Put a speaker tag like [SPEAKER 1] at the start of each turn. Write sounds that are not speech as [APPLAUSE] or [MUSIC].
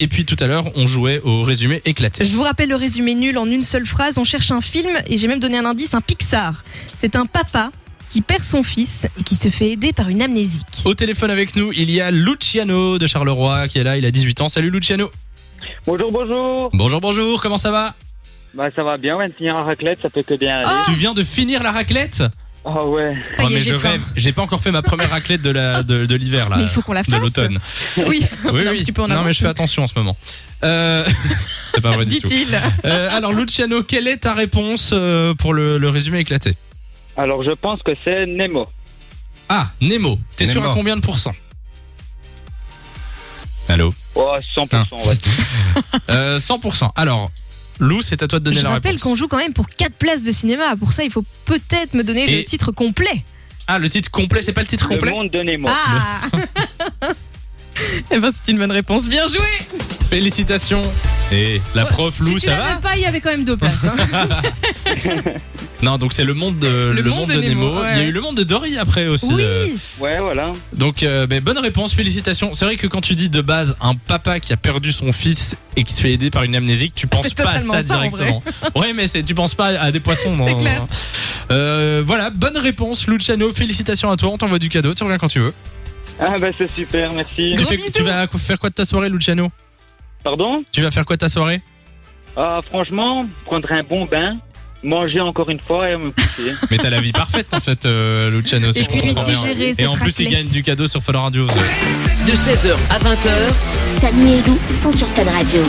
[SPEAKER 1] Et puis tout à l'heure, on jouait au résumé éclaté.
[SPEAKER 2] Je vous rappelle le résumé nul en une seule phrase. On cherche un film et j'ai même donné un indice, un Pixar. C'est un papa qui perd son fils et qui se fait aider par une amnésique.
[SPEAKER 1] Au téléphone avec nous, il y a Luciano de Charleroi qui est là, il a 18 ans. Salut Luciano.
[SPEAKER 3] Bonjour, bonjour.
[SPEAKER 1] Bonjour, bonjour, comment ça va
[SPEAKER 3] Bah ça va bien, on vient de finir la raclette, ça peut que bien aller.
[SPEAKER 1] Tu viens de finir la raclette
[SPEAKER 3] Ah
[SPEAKER 2] Ça
[SPEAKER 3] ouais.
[SPEAKER 1] Oh,
[SPEAKER 2] Ah. y est,
[SPEAKER 1] mais
[SPEAKER 2] j'ai
[SPEAKER 1] je
[SPEAKER 2] faim.
[SPEAKER 1] rêve, j'ai pas encore fait ma première raclette de la de, de l'hiver là,
[SPEAKER 2] Mais il faut qu'on la
[SPEAKER 1] de
[SPEAKER 2] fasse.
[SPEAKER 1] l'automne.
[SPEAKER 2] [LAUGHS] Oui,
[SPEAKER 1] Oui
[SPEAKER 2] un
[SPEAKER 1] oui.
[SPEAKER 2] petit peu en
[SPEAKER 1] non
[SPEAKER 2] avance.
[SPEAKER 1] mais je fais attention en ce moment. Euh, [LAUGHS] c'est pas vrai du tout.
[SPEAKER 2] dit-il.
[SPEAKER 1] Euh, alors Luciano, quelle est ta réponse euh, pour le, le résumé éclaté
[SPEAKER 3] Alors je pense que c'est Nemo.
[SPEAKER 1] Ah, Nemo. T'es sûr
[SPEAKER 4] Nemo.
[SPEAKER 1] à combien de pourcents Allô
[SPEAKER 3] Oh, 100%, ouais.
[SPEAKER 1] Euh, 100%. Alors, Lou, c'est à toi de donner
[SPEAKER 2] Je
[SPEAKER 1] la
[SPEAKER 2] rappelle
[SPEAKER 1] réponse.
[SPEAKER 2] qu'on joue quand même pour 4 places de cinéma. Pour ça, il faut peut-être me donner
[SPEAKER 1] Et-
[SPEAKER 2] le titre complet.
[SPEAKER 1] Ah, le titre complet, c'est pas le titre
[SPEAKER 3] Le
[SPEAKER 1] complet
[SPEAKER 3] monde de Nemo.
[SPEAKER 2] Ah [LAUGHS] Eh ben, c'est une bonne réponse. Bien joué
[SPEAKER 1] Félicitations Et la prof Lou,
[SPEAKER 2] Si tu
[SPEAKER 1] ça
[SPEAKER 2] l'avais
[SPEAKER 1] va
[SPEAKER 2] pas, il y avait quand même deux
[SPEAKER 1] [LAUGHS]
[SPEAKER 2] places. hein.
[SPEAKER 1] Non, donc c'est le monde de, le monde de Nemo.
[SPEAKER 2] ouais.
[SPEAKER 1] Il y a eu le monde de Dory après aussi. euh,
[SPEAKER 2] oui
[SPEAKER 3] Ouais, voilà.
[SPEAKER 1] Donc, euh, ben, bonne réponse, félicitations. C'est vrai que quand tu dis de base un papa qui a perdu son fils et qui se fait aider par une amnésique, tu penses
[SPEAKER 2] C'est
[SPEAKER 1] pas à
[SPEAKER 2] totalement
[SPEAKER 1] ça
[SPEAKER 2] ça, en
[SPEAKER 1] directement. ouais, mais c'est- tu penses pas à des poissons. non,
[SPEAKER 2] C'est
[SPEAKER 1] non,
[SPEAKER 2] clair.
[SPEAKER 1] non. Euh, voilà, bonne réponse, Luciano. Félicitations à toi. On t'envoie du cadeau. Tu reviens quand tu veux.
[SPEAKER 3] Ah bah c'est super, merci.
[SPEAKER 1] Tu,
[SPEAKER 2] Gros bisous.
[SPEAKER 1] tu vas faire quoi de ta soirée, Luciano
[SPEAKER 3] Pardon
[SPEAKER 1] Tu vas faire quoi de ta soirée
[SPEAKER 3] Ah franchement, prendre un bon bain, manger encore une fois et me pousser.
[SPEAKER 1] Mais t'as la vie parfaite en fait, euh, Luciano. Si
[SPEAKER 2] Et
[SPEAKER 1] je
[SPEAKER 2] puis lui
[SPEAKER 1] comprends bien.
[SPEAKER 2] digérer
[SPEAKER 1] Et
[SPEAKER 2] cette
[SPEAKER 1] en plus, il
[SPEAKER 2] raclette.
[SPEAKER 1] gagne du cadeau sur Fun Radio.
[SPEAKER 5] de 16h à 20h,
[SPEAKER 6] Samy et Lou sont sur Fan Radio.